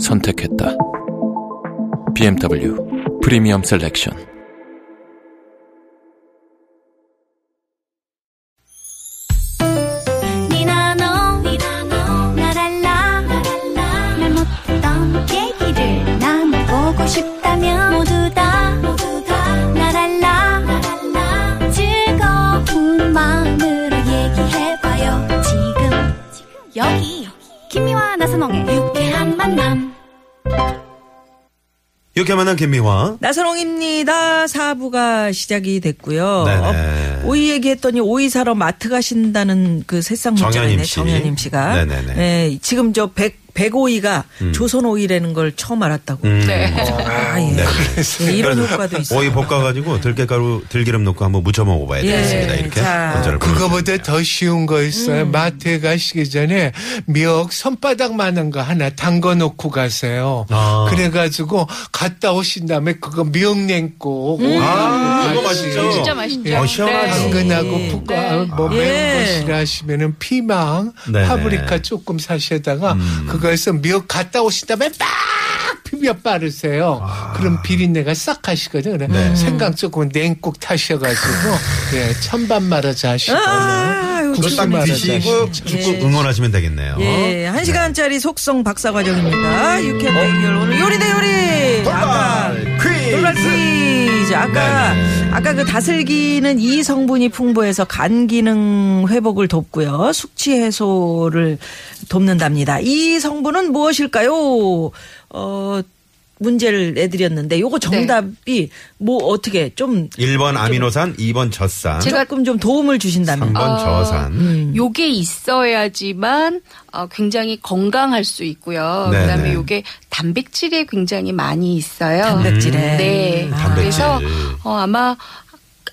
선택했다. BMW 프리미엄 셀렉션. 니나노 나랄라 말 못했던 얘기를 나눠보고 싶다면 모두 다 나랄라 즐거운 마음으로 얘기해봐요 지금 여기 김미와 나선홍의 유쾌한 만남 이렇게 만난 김미화. 나선홍입니다. 사부가 시작이 됐고요. 네네. 어, 오이 얘기했더니 오이 사러 마트 가신다는 그 새싹 정현임 문자네 씨. 정현임 씨가. 네네네. 네, 지금 저 백, 백오이가 조선 오이라는 걸 처음 알았다고. 음. 네. 아, 예. 예, 이런 효과도 있어요. 오이 볶아가지고 들깨가루, 들기름 넣고 한번 무쳐 먹어봐야 예. 되겠습니다. 이렇게 자. 문자를 그거보다 더 쉬운 거 있어요. 음. 마트에 가시기 전에 미역 손바닥만한 거 하나 담궈 놓고 가세요. 아. 그래가지고 갔다 오신 다음에 그거 미역냉국 아, 그거 맛있죠. 진짜 예. 어, 시원하죠. 당근하고 푸뭐 네. 매운 거 예. 싫어하시면은 피망, 네네. 음. 파브리카 조금 사시다가 그거에서 미역 갔다 오신 다음에 빡 비벼 빠르세요. 아. 그럼 비린내가 싹 가시거든요. 그래 네. 생강 조금 냉국 타셔가지고 예, 찬밥 말아서 하시고 아유, 국수 딱 말아서 드시고 하시고. 축구 응원하시면 되겠네요. 예, 한 시간짜리 속성 박사 과정입니다. 유쾌한 대결 오늘 요리 대 요리. 아까 돌발 퀴즈. 아까 네네. 아까 그 다슬기는 이 성분이 풍부해서 간 기능 회복을 돕고요. 숙취 해소를 돕는답니다. 이 성분은 무엇일까요? 어 문제를 내드렸는데 요거 네. 정답이 뭐 어떻게 좀 1번 아미노산, 2번 젖산, 조금 좀 도움을 음. 주신답니다. 3번 어. 음. 저산. 요게 있어야지만 어, 굉장히 건강할 수 있고요. 네네. 그다음에 요게 단백질에 굉장히 많이 있어요. 단백질에. 네. 음, 단백질. 그래서 어, 아마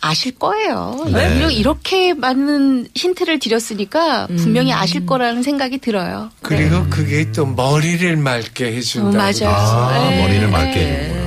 아실 거예요. 네. 이렇게, 이렇게 많은 힌트를 드렸으니까 음. 분명히 아실 거라는 생각이 들어요. 네. 그리고 그게 또 머리를 맑게 해준다. 어, 맞아요. 아, 네. 머리를 맑게 네. 해주구나.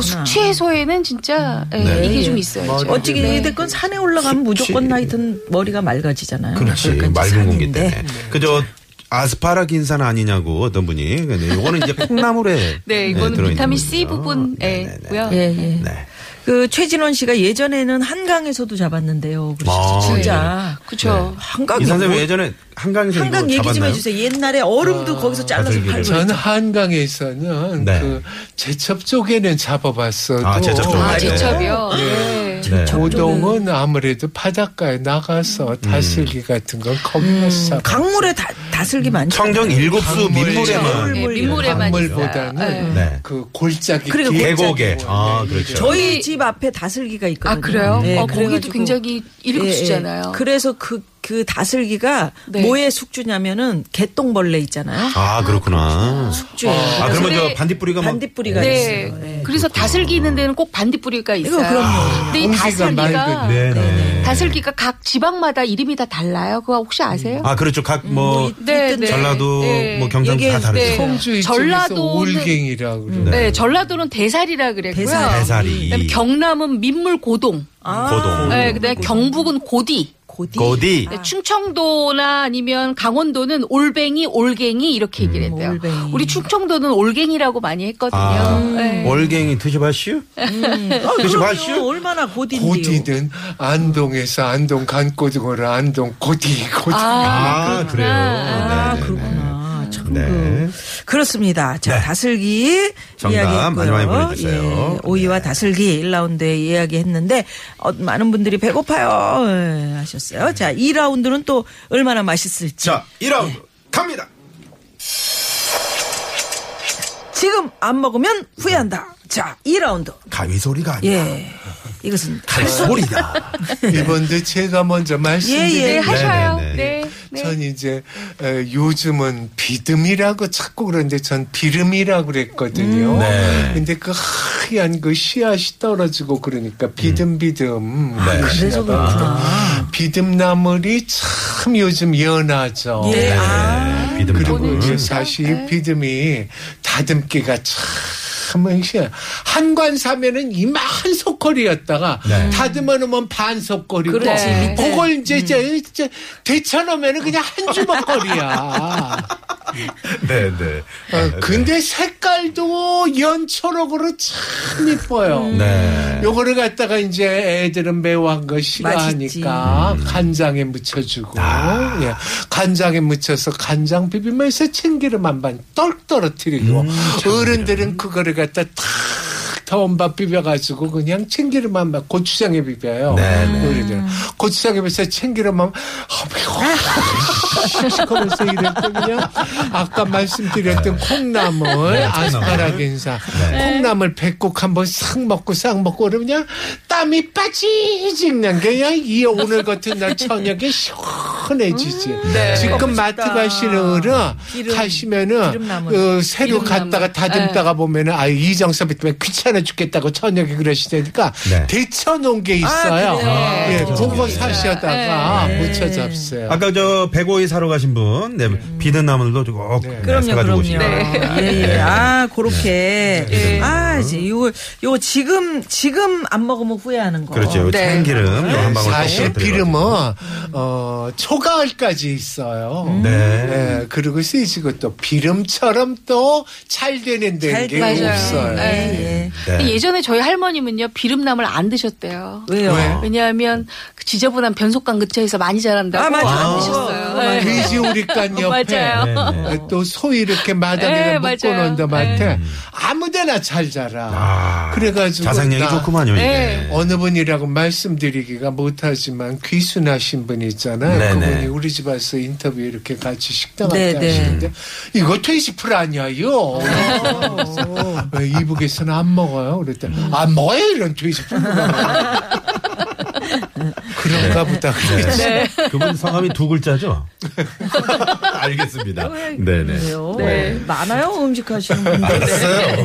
숙취 해소에는 진짜 예, 네. 이게 좀 있어요. 머리. 어찌게 네. 됐건 산에 올라가면 무조건 나이든 머리가 맑아지잖아요. 그렇지. 그러니까 이제 맑은 공기 산인데. 때문에. 네. 그저 아스파라긴산 아니냐고 어떤 분이. 근데 이거는 이제 콩나물에. 네, 이거는 들어있는 비타민 C 거죠. 부분에고요. 예, 예. 네. 그 최진원 씨가 예전에는 한강에서도 잡았는데요. 그래서 아, 진짜 그렇죠. 한강 이 선생님 예전에 한강에서 아, 뭐, 한강 이거 얘기 좀 잡았나요? 해주세요. 옛날에 얼음도 거기서 아, 잘라서 다슬기를. 팔고 저는 한강에서는 그렇죠. 네. 그 제첩 쪽에는 잡아봤어도 아, 제첩 쪽으로. 아, 네. 제첩이요. 네. 네. 음. 오동은 아무래도 바닷가에 나가서 다슬기 같은 건 거기서 잡아. 음, 강물에 다, 다슬기 많죠. 청정 일곱수 강물. 민물에만. 네, 민물에만 뭐. 강물보다는 네. 네. 그 골짜기 뭐 그리고 길이 계곡에. 있잖아요. 아, 그렇죠. 저희 집 앞에 다슬기가 있거든요. 아 그래요? 네, 어, 거기도 그래가지고 굉장히 예, 예. 일급수잖아요. 그래서 그, 그 다슬기가 네. 뭐에 숙주냐면은 개똥벌레 있잖아요. 아, 그렇구나. 숙주예요. 그러니까 아, 그러면 근데 저 반딧불이가 막. 네. 반딧불이가 네. 있어요. 예. 그래서 다슬기 있는 데는 꼭 반딧불이가 있어요. 이거 그럼요. 근데 이 홍시가 다슬기가 맑은. 네, 네. 다슬기가 각 지방마다 이름이 다 달라요. 그거 혹시 아세요? 아, 그렇죠. 각 뭐, 네, 네. 전라도, 네. 뭐 경상 이게 다 다르죠. 네. 성주 이쪽에서 전라도는- 올갱이라고 그래. 네. 네. 전라도는 대살이라 그랬고요. 대살. 대사리. 그다음에 경남은 민물고동. 아, 고동. 네, 그다음에 경북은 고디. 고디. 고디. 네, 충청도나 아니면 강원도는 올뱅이, 올갱이 이렇게 얘기를 했대요. 올뱅이. 우리 충청도는 올갱이라고 많이 했거든요. 아, 네. 월갱이 드셔봤슈? 아, 드셔봤슈? 그럼요. 얼마나 고디인데요. 고디는 안동에서 안동 간고등어를 안동 고디 고디. 아, 그래요. 아, 네, 네, 네. 그렇구나. 참 네. 그. 그렇습니다. 자, 다슬기 정답 이야기했고요. 많이 많이 보내주세요. 네. 예, 오이와 다슬기 1라운드에 이야기했는데 어, 많은 분들이 배고파요 예, 하셨어요. 자, 2라운드는 또 얼마나 맛있을지. 자, 1라운드 갑니다. 지금 안 먹으면 후회한다. 자, 2라운드. 가위 소리가 아니라 예. 네. 이것은 갈 소리다. 일본도 제가 먼저 말씀드릴게요. 예, 예. 네, 하셔요. 네, 네, 네. 전 이제 에, 요즘은 비듬이라고 자꾸 그러는데 전 비름이라고 그랬거든요. 네. 근데 그 하얀 그 씨앗이 떨어지고 그러니까 비듬비듬. 음. 네. 그래서 그렇구나. 비듬나물이 참 요즘 연하죠. 네, 예, 아. 그리고 비등비등. 이제 사실 비듬이 다듬기가 참 맹시해. 한관 사면은 이만 소kol이었다가 네. 다듬어놓으면 뭐 반 소kol이고 뭐 그렇지, 네. 음. 밑에. 그걸 이제 이제, 이제 데쳐놓으면 그냥 한 주먹거리야. 네, 네. 아, 네. 근데 색깔도 연초록으로 참 이뻐요. 네. 요거를 갖다가 이제 애들은 매워한 거 싫어하니까 음. 간장에 묻혀주고 아. 예. 간장에 묻혀서 간장 비비면서 참기름 한반 떨 떨어뜨리고 음, 어른들은 그거를 갖다 탁 더운 밥 비벼가지고 그냥 참기름 한반 고추장에 비벼요. 네, 어른들은 고추장에 비벼서 참기름 한반 아, 어머 그러면서 이랬던 그냥 아까 말씀드렸던 콩나물 아스파라겐사 콩나물 백곡 한번 싹 먹고 싹 먹고 그러면 그냥 땀이 빠지직 난 게 그냥 이 오늘 같은 날 저녁에 시원해지지 지금 마트 가시는 기름, 가시면은 기름나물. 네. 어, 새로 기름나물. 갔다가 다듬다가 보면은 아 이정섭이 때문에 귀찮아 죽겠다고 저녁에 그러시다니까 네. 데쳐놓은 게 그래요? 있어요 네. 아, 예 데쳐놓은 그거 게. 사시다가 묻혀 잡세요 아까 저 백오이 사러 가신 분, 네. 비든나물도 꼭 네. 그럼요, 사가지고 네. 그럼요. 오시고. 예, 예. 아, 그렇게. 아, 이제 이거, 이거 지금, 지금 안 먹으면 후회하는 거. 그렇죠. 요 네. 참기름 요한 방울 사실 쏙 들어가지고. 비름은 어, 초가을까지 있어요. 네. 네, 그리고 쓰이지고 또 비름처럼 또 잘 되는 데는 게 맞아요. 없어요. 네. 예. 네. 예전에 저희 할머님은요 비름나물 안 드셨대요. 왜요? 네. 왜? 왜냐하면 그 지저분한 변속강 근처에서 많이 자란다고 아, 맞아. 안 아, 드셨어요. 맞아. 네. 돼지우리간 옆에 맞아요. 네, 어, 또 소위 이렇게 마당에다 네, 묶어 맞아요. 놓은 데한테 아무데나 잘 자라. 아, 그래가지고 자상력이 나- 좋구만요, 이게. 네. 어느 분이라고 말씀드리기가 못하지만 귀순하신 분 있잖아요. 네네. 그분이 우리 집 와서 인터뷰 이렇게 같이 식당 네네. 앞에 하시는데 이거 돼지풀 아니야요. 왜 이북에서는 안 먹어요. 그랬더니 아 뭐야 이런 돼지풀 네. 그런가 네. 보다 그랬지. 그분 성함이 두 글자죠? 알겠습니다. 네네. 왜요? 많아요, 음식 하시는 분들. 알았어요.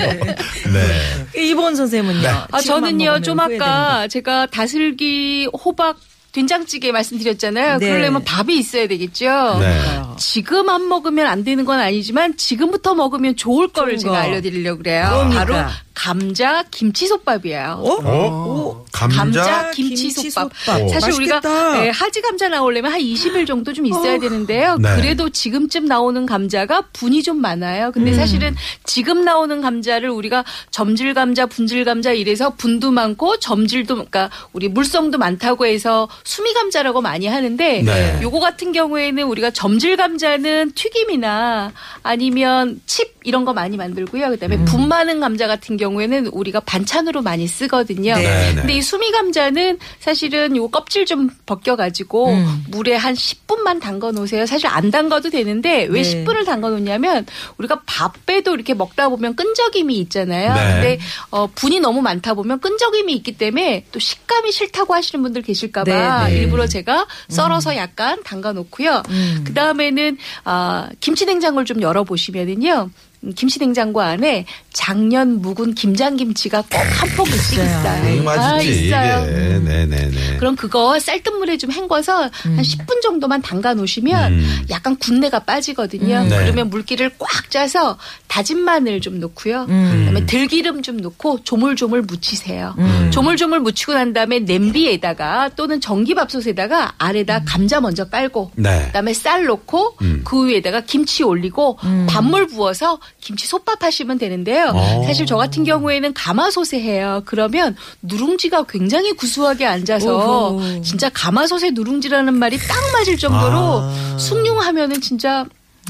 네. 이본 선생님은요? 아, 지금 안 저는요, 먹으면 좀 후회되는 아까 제가 다슬기, 호박, 된장찌개 말씀드렸잖아요. 네. 그러려면 밥이 있어야 되겠죠. 네. 지금 안 먹으면 안 되는 건 아니지만 지금부터 먹으면 좋을 거를 좋은 거. 그러니까. 제가 알려드리려고 그래요. 뭡니까? 바로 감자 김치솥밥이에요. 거. 어? 어? 감자? 어. 감자 김치솥밥. 김치솥밥. 사실 맛있겠다. 우리가 네, 하지 감자 나오려면 한 20일 정도 좀 있어야 되는데요. 네. 그래도 지금쯤 나오는 감자가 분이 좀 많아요. 근데 음. 사실은 지금 나오는 감자를 우리가 점질 감자, 분질 감자 이래서 분도 많고 점질도 그러니까 우리 물성도 많다고 해서 수미 감자라고 많이 하는데 네. 요거 같은 경우에는 우리가 점질 감자는 튀김이나 아니면 칩 이런 거 많이 만들고요. 그다음에 분 많은 감자 같은 경우에는 우리가 반찬으로 많이 쓰거든요. 네, 네. 근데 이 수미 감자는 사실은 요 껍질 좀 벗겨 가지고 음. 물에 한 10분만 담가 놓으세요. 사실 안 담가도 되는데 왜 네. 10분을 담가 놓냐면 우리가 밥배도 이렇게 먹다 보면 끈적임이 있잖아요. 네. 근데 어, 분이 너무 많다 보면 끈적임이 있기 때문에 또 식감이 싫다고 하시는 분들 계실까봐 네, 네. 일부러 제가 썰어서 약간 담가 놓고요. 그 다음에는 아, 김치냉장고를 좀 열어 보시면은요. 음, 김치냉장고 안에 작년 묵은 김장김치가 꼭 한 네. 포기씩 있어요. 음, 아, 맛있지. 있어요. 네, 네, 네. 네. 그럼 그거 쌀뜨물에 좀 헹궈서 한 10분 정도만 담가 놓으시면 음. 약간 군내가 빠지거든요. 네. 그러면 물기를 꽉 짜서 다진 마늘 좀 넣고요. 그다음에 들기름 좀 넣고 조물조물 무치세요. 음. 조물조물 무치고 난 다음에 냄비에다가 또는 전기밥솥에다가 아래다 감자 먼저 깔고 네. 그다음에 쌀 넣고 음. 그 위에다가 김치 올리고 음. 밥물 부어서 김치 솥밥 하시면 되는데요. 어. 사실 저 같은 경우에는 가마솥에 해요. 그러면 누룽지가 굉장히 구수하게 앉아서 오호. 진짜 가마솥에 누룽지라는 말이 딱 맞을 정도로 아. 음. 숭늉하면은 진짜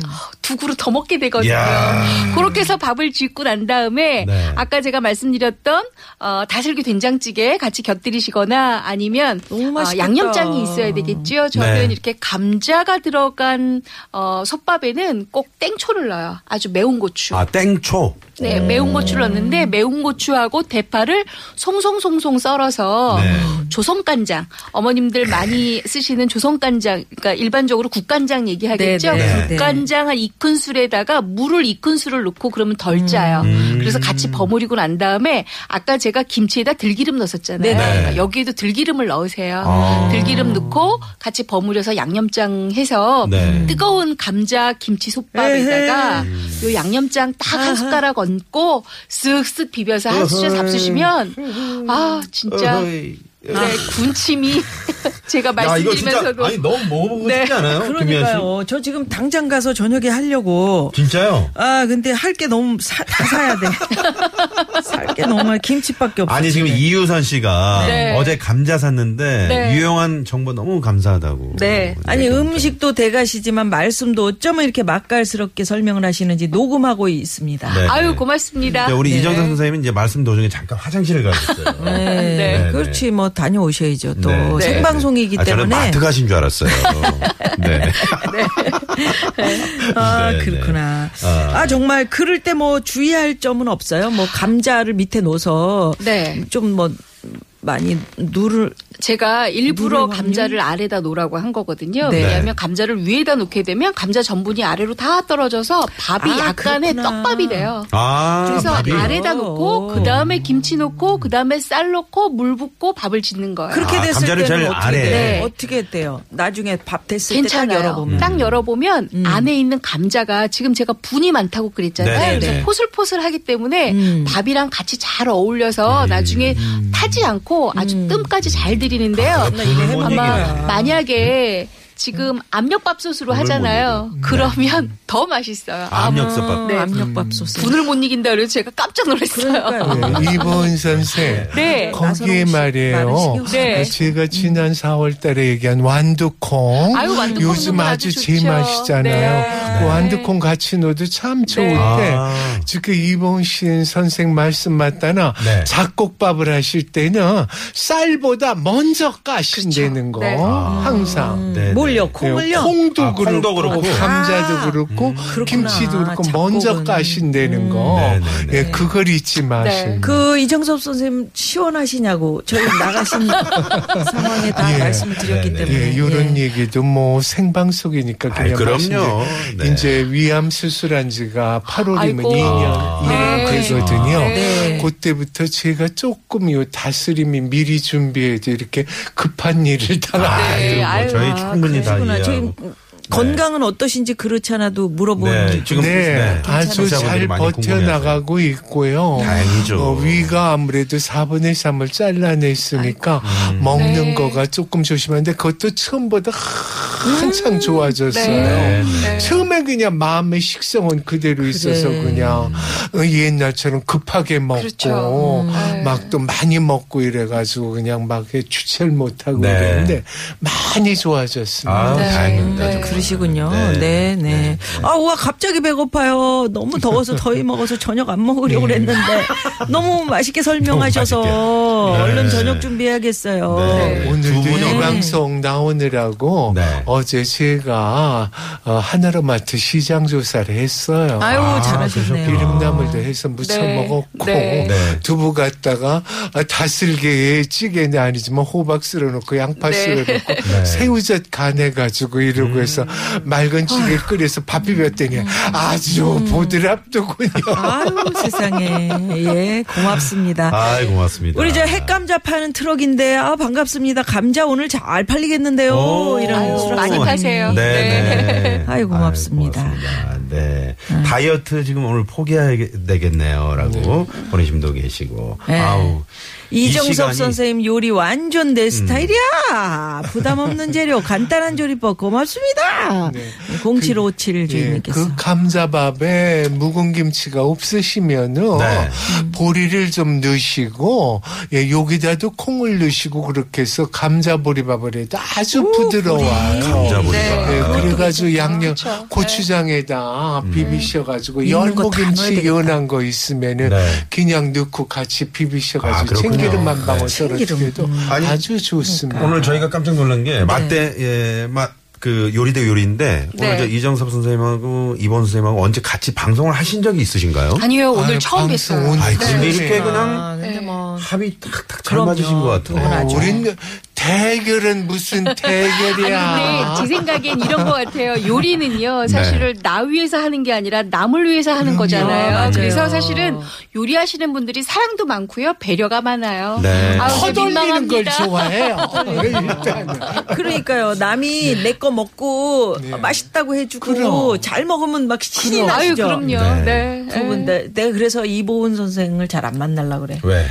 아, 두 그릇 더 먹게 되거든요. 이야. 그렇게 해서 밥을 짓고 난 다음에 네. 아까 제가 말씀드렸던 어, 다슬기 된장찌개 같이 곁들이시거나 아니면 어, 너무 맛있겠다. 양념장이 있어야 되겠지요. 저는 네. 이렇게 감자가 들어간 어, 솥밥에는 꼭 땡초를 넣어요. 아주 매운 고추. 아, 땡초. 네, 매운 고추를 넣는데 매운 고추하고 대파를 송송송송 썰어서 네. 조선간장 어머님들 많이 쓰시는 조선간장 그러니까 일반적으로 국간장 얘기하겠죠. 네, 네. 국간장 한 2큰술에다가 물을 2큰술을 넣고 그러면 음. 덜 짜요. 그래서 같이 버무리고 난 다음에 아까 제가 김치에다 들기름 넣었잖아요. 네, 네. 그러니까 여기에도 들기름을 넣으세요. 아. 들기름 넣고 같이 버무려서 양념장 해서 네. 어, 뜨거운 감자 김치 솥밥에다가 음. 요 양념장 딱 한 숟가락 얹고 쓱쓱 비벼서 한 수저 어허이. 잡수시면 아 진짜 어허이. 아. 네, 군침이 제가 야, 이거 진짜 말씀드리면서도 아니 너무 먹어보고 네. 싶지 않아요? 김희연 씨? 그러니까요. 저 지금 당장 가서 저녁에 하려고. 진짜요? 아, 근데 할 게 너무 사, 다 사야 돼. 살 게 너무 많아. 김치밖에 없어. 아니 지금 이유선 씨가 네. 어제 감자 샀는데 네. 유용한 정보 너무 감사하다고. 네. 아니 감사합니다. 음식도 대가시지만 말씀도 어쩌면 이렇게 맛깔스럽게 설명을 하시는지 녹음하고 있습니다. 네. 아유 고맙습니다. 네, 우리 네. 이정상 선생님은 이제 말씀 도중에 잠깐 화장실을 가셨어요. 네. 네. 그렇지 뭐 다녀오셔야죠. 또 네. 생방송이기 아, 저는 때문에 마트 가신 줄 알았어요. 네. 아 네, 네. 그렇구나. 아. 아 정말 그럴 때 뭐 주의할 점은 없어요. 뭐 감자를 밑에 놓아서 네. 좀 뭐 많이 누를 제가 일부러 누르거든요. 감자를 아래다 놓으라고 한 거거든요. 네. 왜냐하면 감자를 위에다 놓게 되면 감자 전분이 아래로 다 떨어져서 밥이 아, 약간의 그렇구나. 떡밥이 돼요. 아, 그래서 밥이. 아래다 놓고 오. 그 다음에 김치 놓고 그 다음에 쌀 넣고 물 붓고 밥을 짓는 거예요. 그렇게 아, 됐을 감자를 때는 제일 어떻게 아래에. 돼요? 네. 어떻게 돼요? 나중에 밥 됐을 때 딱 괜찮아요. 음. 열어보면 딱 열어보면 안에 있는 감자가 지금 제가 분이 많다고 그랬잖아요. 네네네. 그래서 포슬포슬하기 때문에 음. 밥이랑 같이 잘 어울려서 나중에 타지 않고 아주 뜸까지 잘 들이는데요. 뭔 아마 아, 얘기야. 만약에 지금 압력밥솥으로 물을 하잖아요. 그러면 더 맛있어요. 아, 압력솥밥. 네. 압력밥솥. 분을 못 이긴다 그래서 제가 깜짝 놀랐어요. 그러니까요. 네, 이본 선생. 거기에 네. 나선홍 씨 말은 말이에요. 신경 쓰지 네. 마시고. 제가 지난 4월 달에 얘기한 완두콩. 아유, 완두콩 요즘 정말 아주 아주 좋죠. 제맛이잖아요. 네. 그 완두콩 같이 넣어도 참 좋은데. 아. 지금 이본 씨 선생 말씀 맞다나 네. 잡곡밥을 하실 때는 쌀보다 먼저 까신다는 거. 네. 항상. 아, 네, 네. 뭘요? 콩을요? 콩도, 아, 그렇고, 콩도 그렇고. 아, 감자도 그렇고 그렇구나. 김치도 그렇고 먼저 잡곡은. 까신다는 거. 네, 네, 네. 예, 그걸 잊지 마시고. 그 이정섭 선생님 시원하시냐고 저희 나가신 상황에 다 예. 말씀을 드렸기 네, 네. 때문에 예, 이런 얘기도 뭐 생방송이니까 아이, 그냥 그럼요. 말씀드리- 네. 이제 위암 수술한 지가 8월이면 아이고. 2년 네. 되거든요. 네. 그때부터 제가 조금 요 다스림이 미리 준비해도 이렇게 급한 일을 아, 당하고 네, 뭐 아유, 저희 아, 충분히 다 그러나 이해하고. 저희 건강은 어떠신지 그렇지 않아도 물어보는 예. 네, 지금 네, 아주 청취자분들이 잘 많이 궁금해하세요. 버텨나가고 있고요. 다행이죠. 어, 위가 아무래도 4분의 3을 잘라냈으니까 음. 먹는 네. 거가 조금 조심한데 그것도 처음보다 한창 좋아졌어요. 네. 네. 처음에 그냥 마음의 식성은 그대로 있어서 그래. 그냥 옛날처럼 급하게 먹고 음, 그렇죠. 네. 막 또 많이 먹고 이래가지고 그냥 막 주체를 못하고 네. 그랬는데 많이 좋아졌습니다. 아, 네. 다행입니다. 네. 정말. 그러시군요. 네. 네, 네. 아, 우와, 갑자기 배고파요. 너무 더워서 더위 먹어서 저녁 안 먹으려고 그랬는데 너무 맛있게 설명하셔서 예. 너무 맛있게. 네. 얼른 저녁 준비해야겠어요. 네. 두 오늘도 분이 이 얼마나 방송 네. 나오느라고 네. 어제 제가 어, 하나로마트 시장 조사를 했어요. 아유, 아, 잘하셨네요. 그러셨구나. 기름나물도 해서 무쳐 네. 먹었고 네. 네. 두부 갖다가 아, 다슬기에 찌개는 아니지만 호박 쓸어놓고 양파 네. 쓸어놓고 새우젓 간해가지고 이러고 해서 음. 맑은 찌개 아. 끓여서 밥 비볐더니 아주 음. 보드랍더군요. 아유, 세상에. 예, 고맙습니다. 아이, 고맙습니다. 우리 저 핵감자 파는 트럭인데 아 반갑습니다. 감자 오늘 잘 팔리겠는데요. 오. 이런 아유, 수락 많이 소원님. 파세요. 네, 네. 네. 아이, 고맙습니다. 아이, 고맙습니다. 네. 다이어트 지금 오늘 포기해야 되겠네요. 라고 보내신 분도 계시고. 네. 아우. 이 이정섭 음. 시간이- 선생님 요리 완전 내 스타일이야. 부담 없는 재료 간단한 조리법 고맙습니다. 네. 0757 주인님께서 예, 그 감자밥에 묵은 김치가 없으시면은 네. 보리를 좀 넣으시고 예, 여기다도 콩을 넣으시고 그렇게 해서 감자 보리밥을 해도 아주 부드러워요. 감자 보리밥. 예, 그래가지고 양념 그렇죠. 고추장에다 음. 다 비비셔가지고 있는 네. 거다 열무김치 넣어야 연한 거 있으면은 네. 그냥 넣고 같이 아, 비비셔가지고 그렇군요. 참기름만 방울 참기름. 썰어주기도 아니, 아주 좋습니다. 오늘 저희가 깜짝 놀란 게 맛대 예, 맛 그 요리 대 요리인데 오늘 네. 저 이정섭 선생님하고 이번 선생님하고 언제 같이 방송을 하신 적이 있으신가요? 아니요 오늘 아유, 처음 방송 뵀어요. 오늘 아이, 근데 처음이에요. 이렇게 그냥 아, 네. 근데 뭐 합이 딱딱 잘 그럼요. 맞으신 것 같아요. 그건 아주. 어, 우린 대결은 무슨 아니, 대결이야. 근데 제 생각엔 이런 것 같아요. 네. 요리는요, 사실은 나 위해서 하는 게 아니라 남을 위해서 하는 거잖아요. 맞아요. 그래서 사실은 요리하시는 분들이 사랑도 많고요, 배려가 많아요. 네. 아우, 진짜 허돌리는 걸 민망합니다. 좋아해요. 일단은. 그러니까요. 남이 내 거 먹고 맛있다고 해주고 그럼. 잘 먹으면 막 신이 그럼. 아유, 나시죠. 그럼요. 네. 두 분, 다 내가 그래서 이보은 선생을 잘 안 만나려 그래. 왜?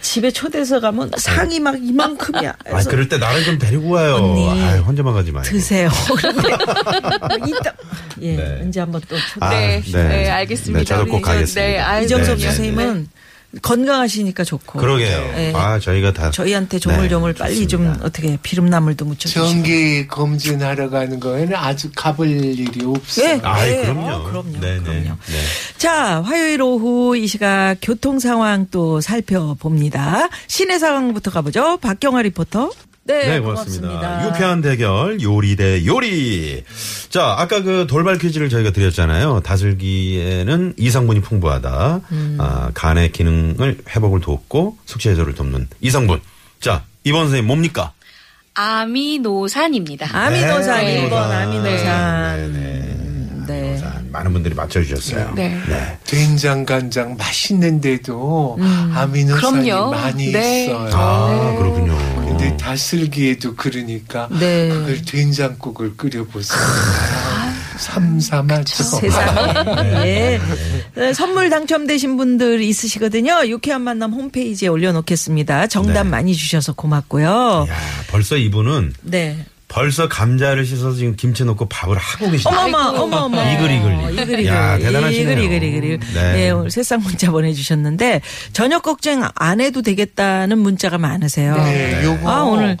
집에 초대해서 가면 상이 막 이만큼이야. 네. 아 그래서 그럴 때 나를 좀 데리고 와요. 언니. 아유, 혼자만 가지 말고. 드세요. 그런데 이따 예, 네. 언제 한번 또 초대. 아, 네. 네. 네. 네, 알겠습니다. 저도 꼭 우리 저- 가겠습니다. 네, 아유, 이정섭 네, 네, 선생님은 건강하시니까 좋고. 그러게요. 예. 아 저희가 다 저희한테 네, 조물조물 빨리 좀 좋습니다. 어떻게 비름나물도 묻혀주시고. 정기 검진하러 가는 거에는 아주 가볼 일이 없어요. 예. 아이 네. 그럼요. 어, 그럼요. 네네. 그럼요. 네. 자, 화요일 오후 이 시각 교통 상황 또 살펴봅니다. 시내 상황부터 가보죠. 박경화 리포터. 네, 고맙습니다. 유쾌한 대결 요리 대 요리. 자, 아까 그 돌발 퀴즈를 저희가 드렸잖아요. 다슬기에는 이성분이 풍부하다. 음. 아, 간의 기능을 회복을 돕고 숙취 해소를 돕는 이성분. 자, 이번 선생님 뭡니까? 아미노산입니다. 아미노산 네. 1번 네, 아미노산. 네. 네. 아미노산. 많은 분들이 맞춰 주셨어요. 네. 된장 간장 맛있는데도 아미노산이 음. 그럼요. 많이 네. 있어요. 아, 그렇군요. 근데 다슬기에도 그러니까 네. 그걸 된장국을 끓여보세요. 아, 삼삼하죠. 세상에. 예. 네, 선물 당첨되신 분들 있으시거든요. 유쾌한 만남 홈페이지에 올려놓겠습니다. 정답 네. 예. 많이 주셔서 고맙고요. 야, 벌써 이분은 네. 벌써 감자를 씻어서 지금 김치 넣고 밥을 하고 계시다. 어머머, 어머머. 아, 이글이글. 이글이글. 야, 대단하시네요. 이글이글이글. 네. 네, 오늘 새싹 문자 보내주셨는데, 저녁 걱정 안 해도 되겠다는 문자가 많으세요. 네, 요거 예, 아, 오늘.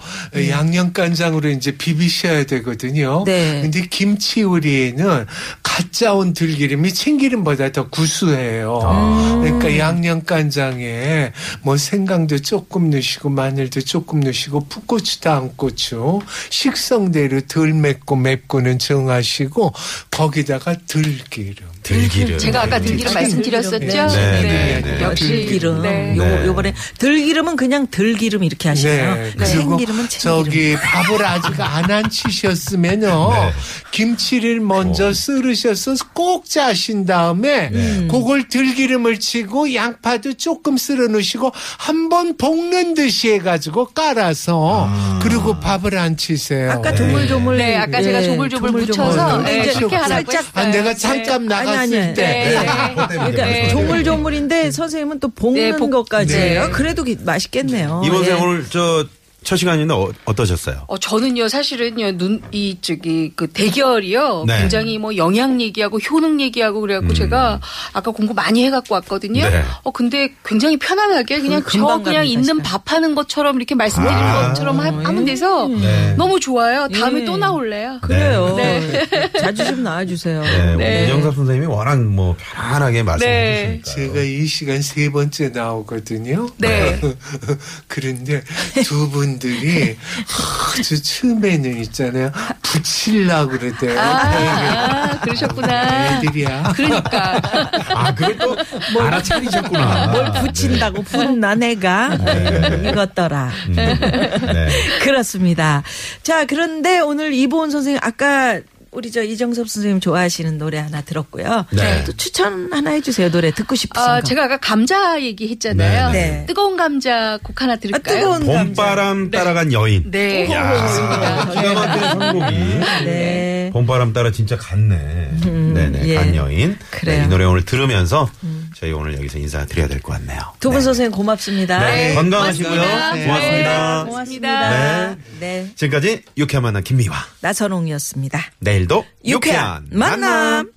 양념 간장으로 이제 비비셔야 되거든요. 네. 근데 김치 요리에는 갓 짜온 들기름이 참기름보다 더 구수해요. 아. 그러니까 양념 간장에 뭐 생강도 조금 넣으시고 마늘도 조금 넣으시고 풋고추 다음고추 식성대로 덜 맵고 맵고는 정하시고 거기다가 들기름. 네, 들기름. 제가 아까 들기름 말씀드렸었죠? 네, 네, 예, 네. 네. 역시. 들기름. 네. 요, 요번에 들기름은 그냥 들기름 이렇게 하시네요. 그리고 참기름은 참기름. 저기 밥을 아직 안 안치셨으면요. 네. 김치를 어. 먼저 썰으셔서 꼭 짜신 다음에 네. 그걸 들기름을 치고 양파도 조금 썰어 놓으시고 한 번 볶는 듯이 해가지고 깔아서 그리고 밥을 안치세요. 아까 조물조물. 네, 아까 제가 예, 조물조물 묻혀서 근데 네, 이제 그렇게 하라고 살짝 했어요. 아, 내가 잠깐 네. 아니, 나갔을 아니, 아니. 때 네. 그러니까 네. 조물조물인데 선생님은 또 볶는 네, 볶- 것까지예요. 네. 그래도 기- 맛있겠네요. 이번 예. 생 오늘 저 첫 시간인데 어, 어떠셨어요? 어, 저는요, 사실은요, 눈, 이, 저기, 그 대결이요. 네. 음. 굉장히 뭐 영양 얘기하고 효능 얘기하고 그래갖고 제가 아까 공부 많이 해갖고 왔거든요. 네. 어, 근데 굉장히 편안하게 그럼 그냥 음, 저 금방 그냥 갑니다, 있는 진짜. 밥 하는 것처럼 이렇게 말씀드리는 아. 것처럼 하, 하면 돼서 음. 네. 너무 좋아요. 다음에 예. 또 나올래요. 그래요. 네. 자주 좀 나와주세요. 네, 우리 네. 이정섭 선생님이 워낙 뭐 편안하게 말씀해 네. 주시니까. 제가 이 시간 세 번째 나오거든요. 네. 그런데 두 분들이 아주 처음에는 있잖아요. 붙일라 그러대요. 아, 아, 그러셨구나. 애들이야. 그러니까. 아, 그걸 또 알아차리셨구나. 뭘 붙인다고 붙나 내가 네. 이것더라. 네. 네. 그렇습니다. 자 그런데 오늘 이보은 선생님 아까 우리 저 이정섭 선생님 좋아하시는 노래 하나 들었고요. 네. 또 추천 하나 해주세요. 노래 듣고 싶으신 아, 거. 제가 아까 감자 얘기했잖아요. 네, 네. 뜨거운 감자 곡 하나 아, 들을까요? 뜨거운 감자. 봄바람 따라간 여인. 네. 야, 기가 막힌 선곡이. 네. 봄바람 따라 진짜 갔네. 네네, 예. 간 여인. 그래요. 음. 네, 이 노래 오늘 들으면서 저희 오늘 여기서 인사드려야 될 것 같네요. 두 분 네. 선생님 고맙습니다. 네. 네, 건강하시고요. 고맙습니다. 네, 고맙습니다. 고맙습니다. 네. 지금까지 유쾌한 만남 김미화. 나선홍이었습니다. 내일도 유쾌한 유쾌한 만남.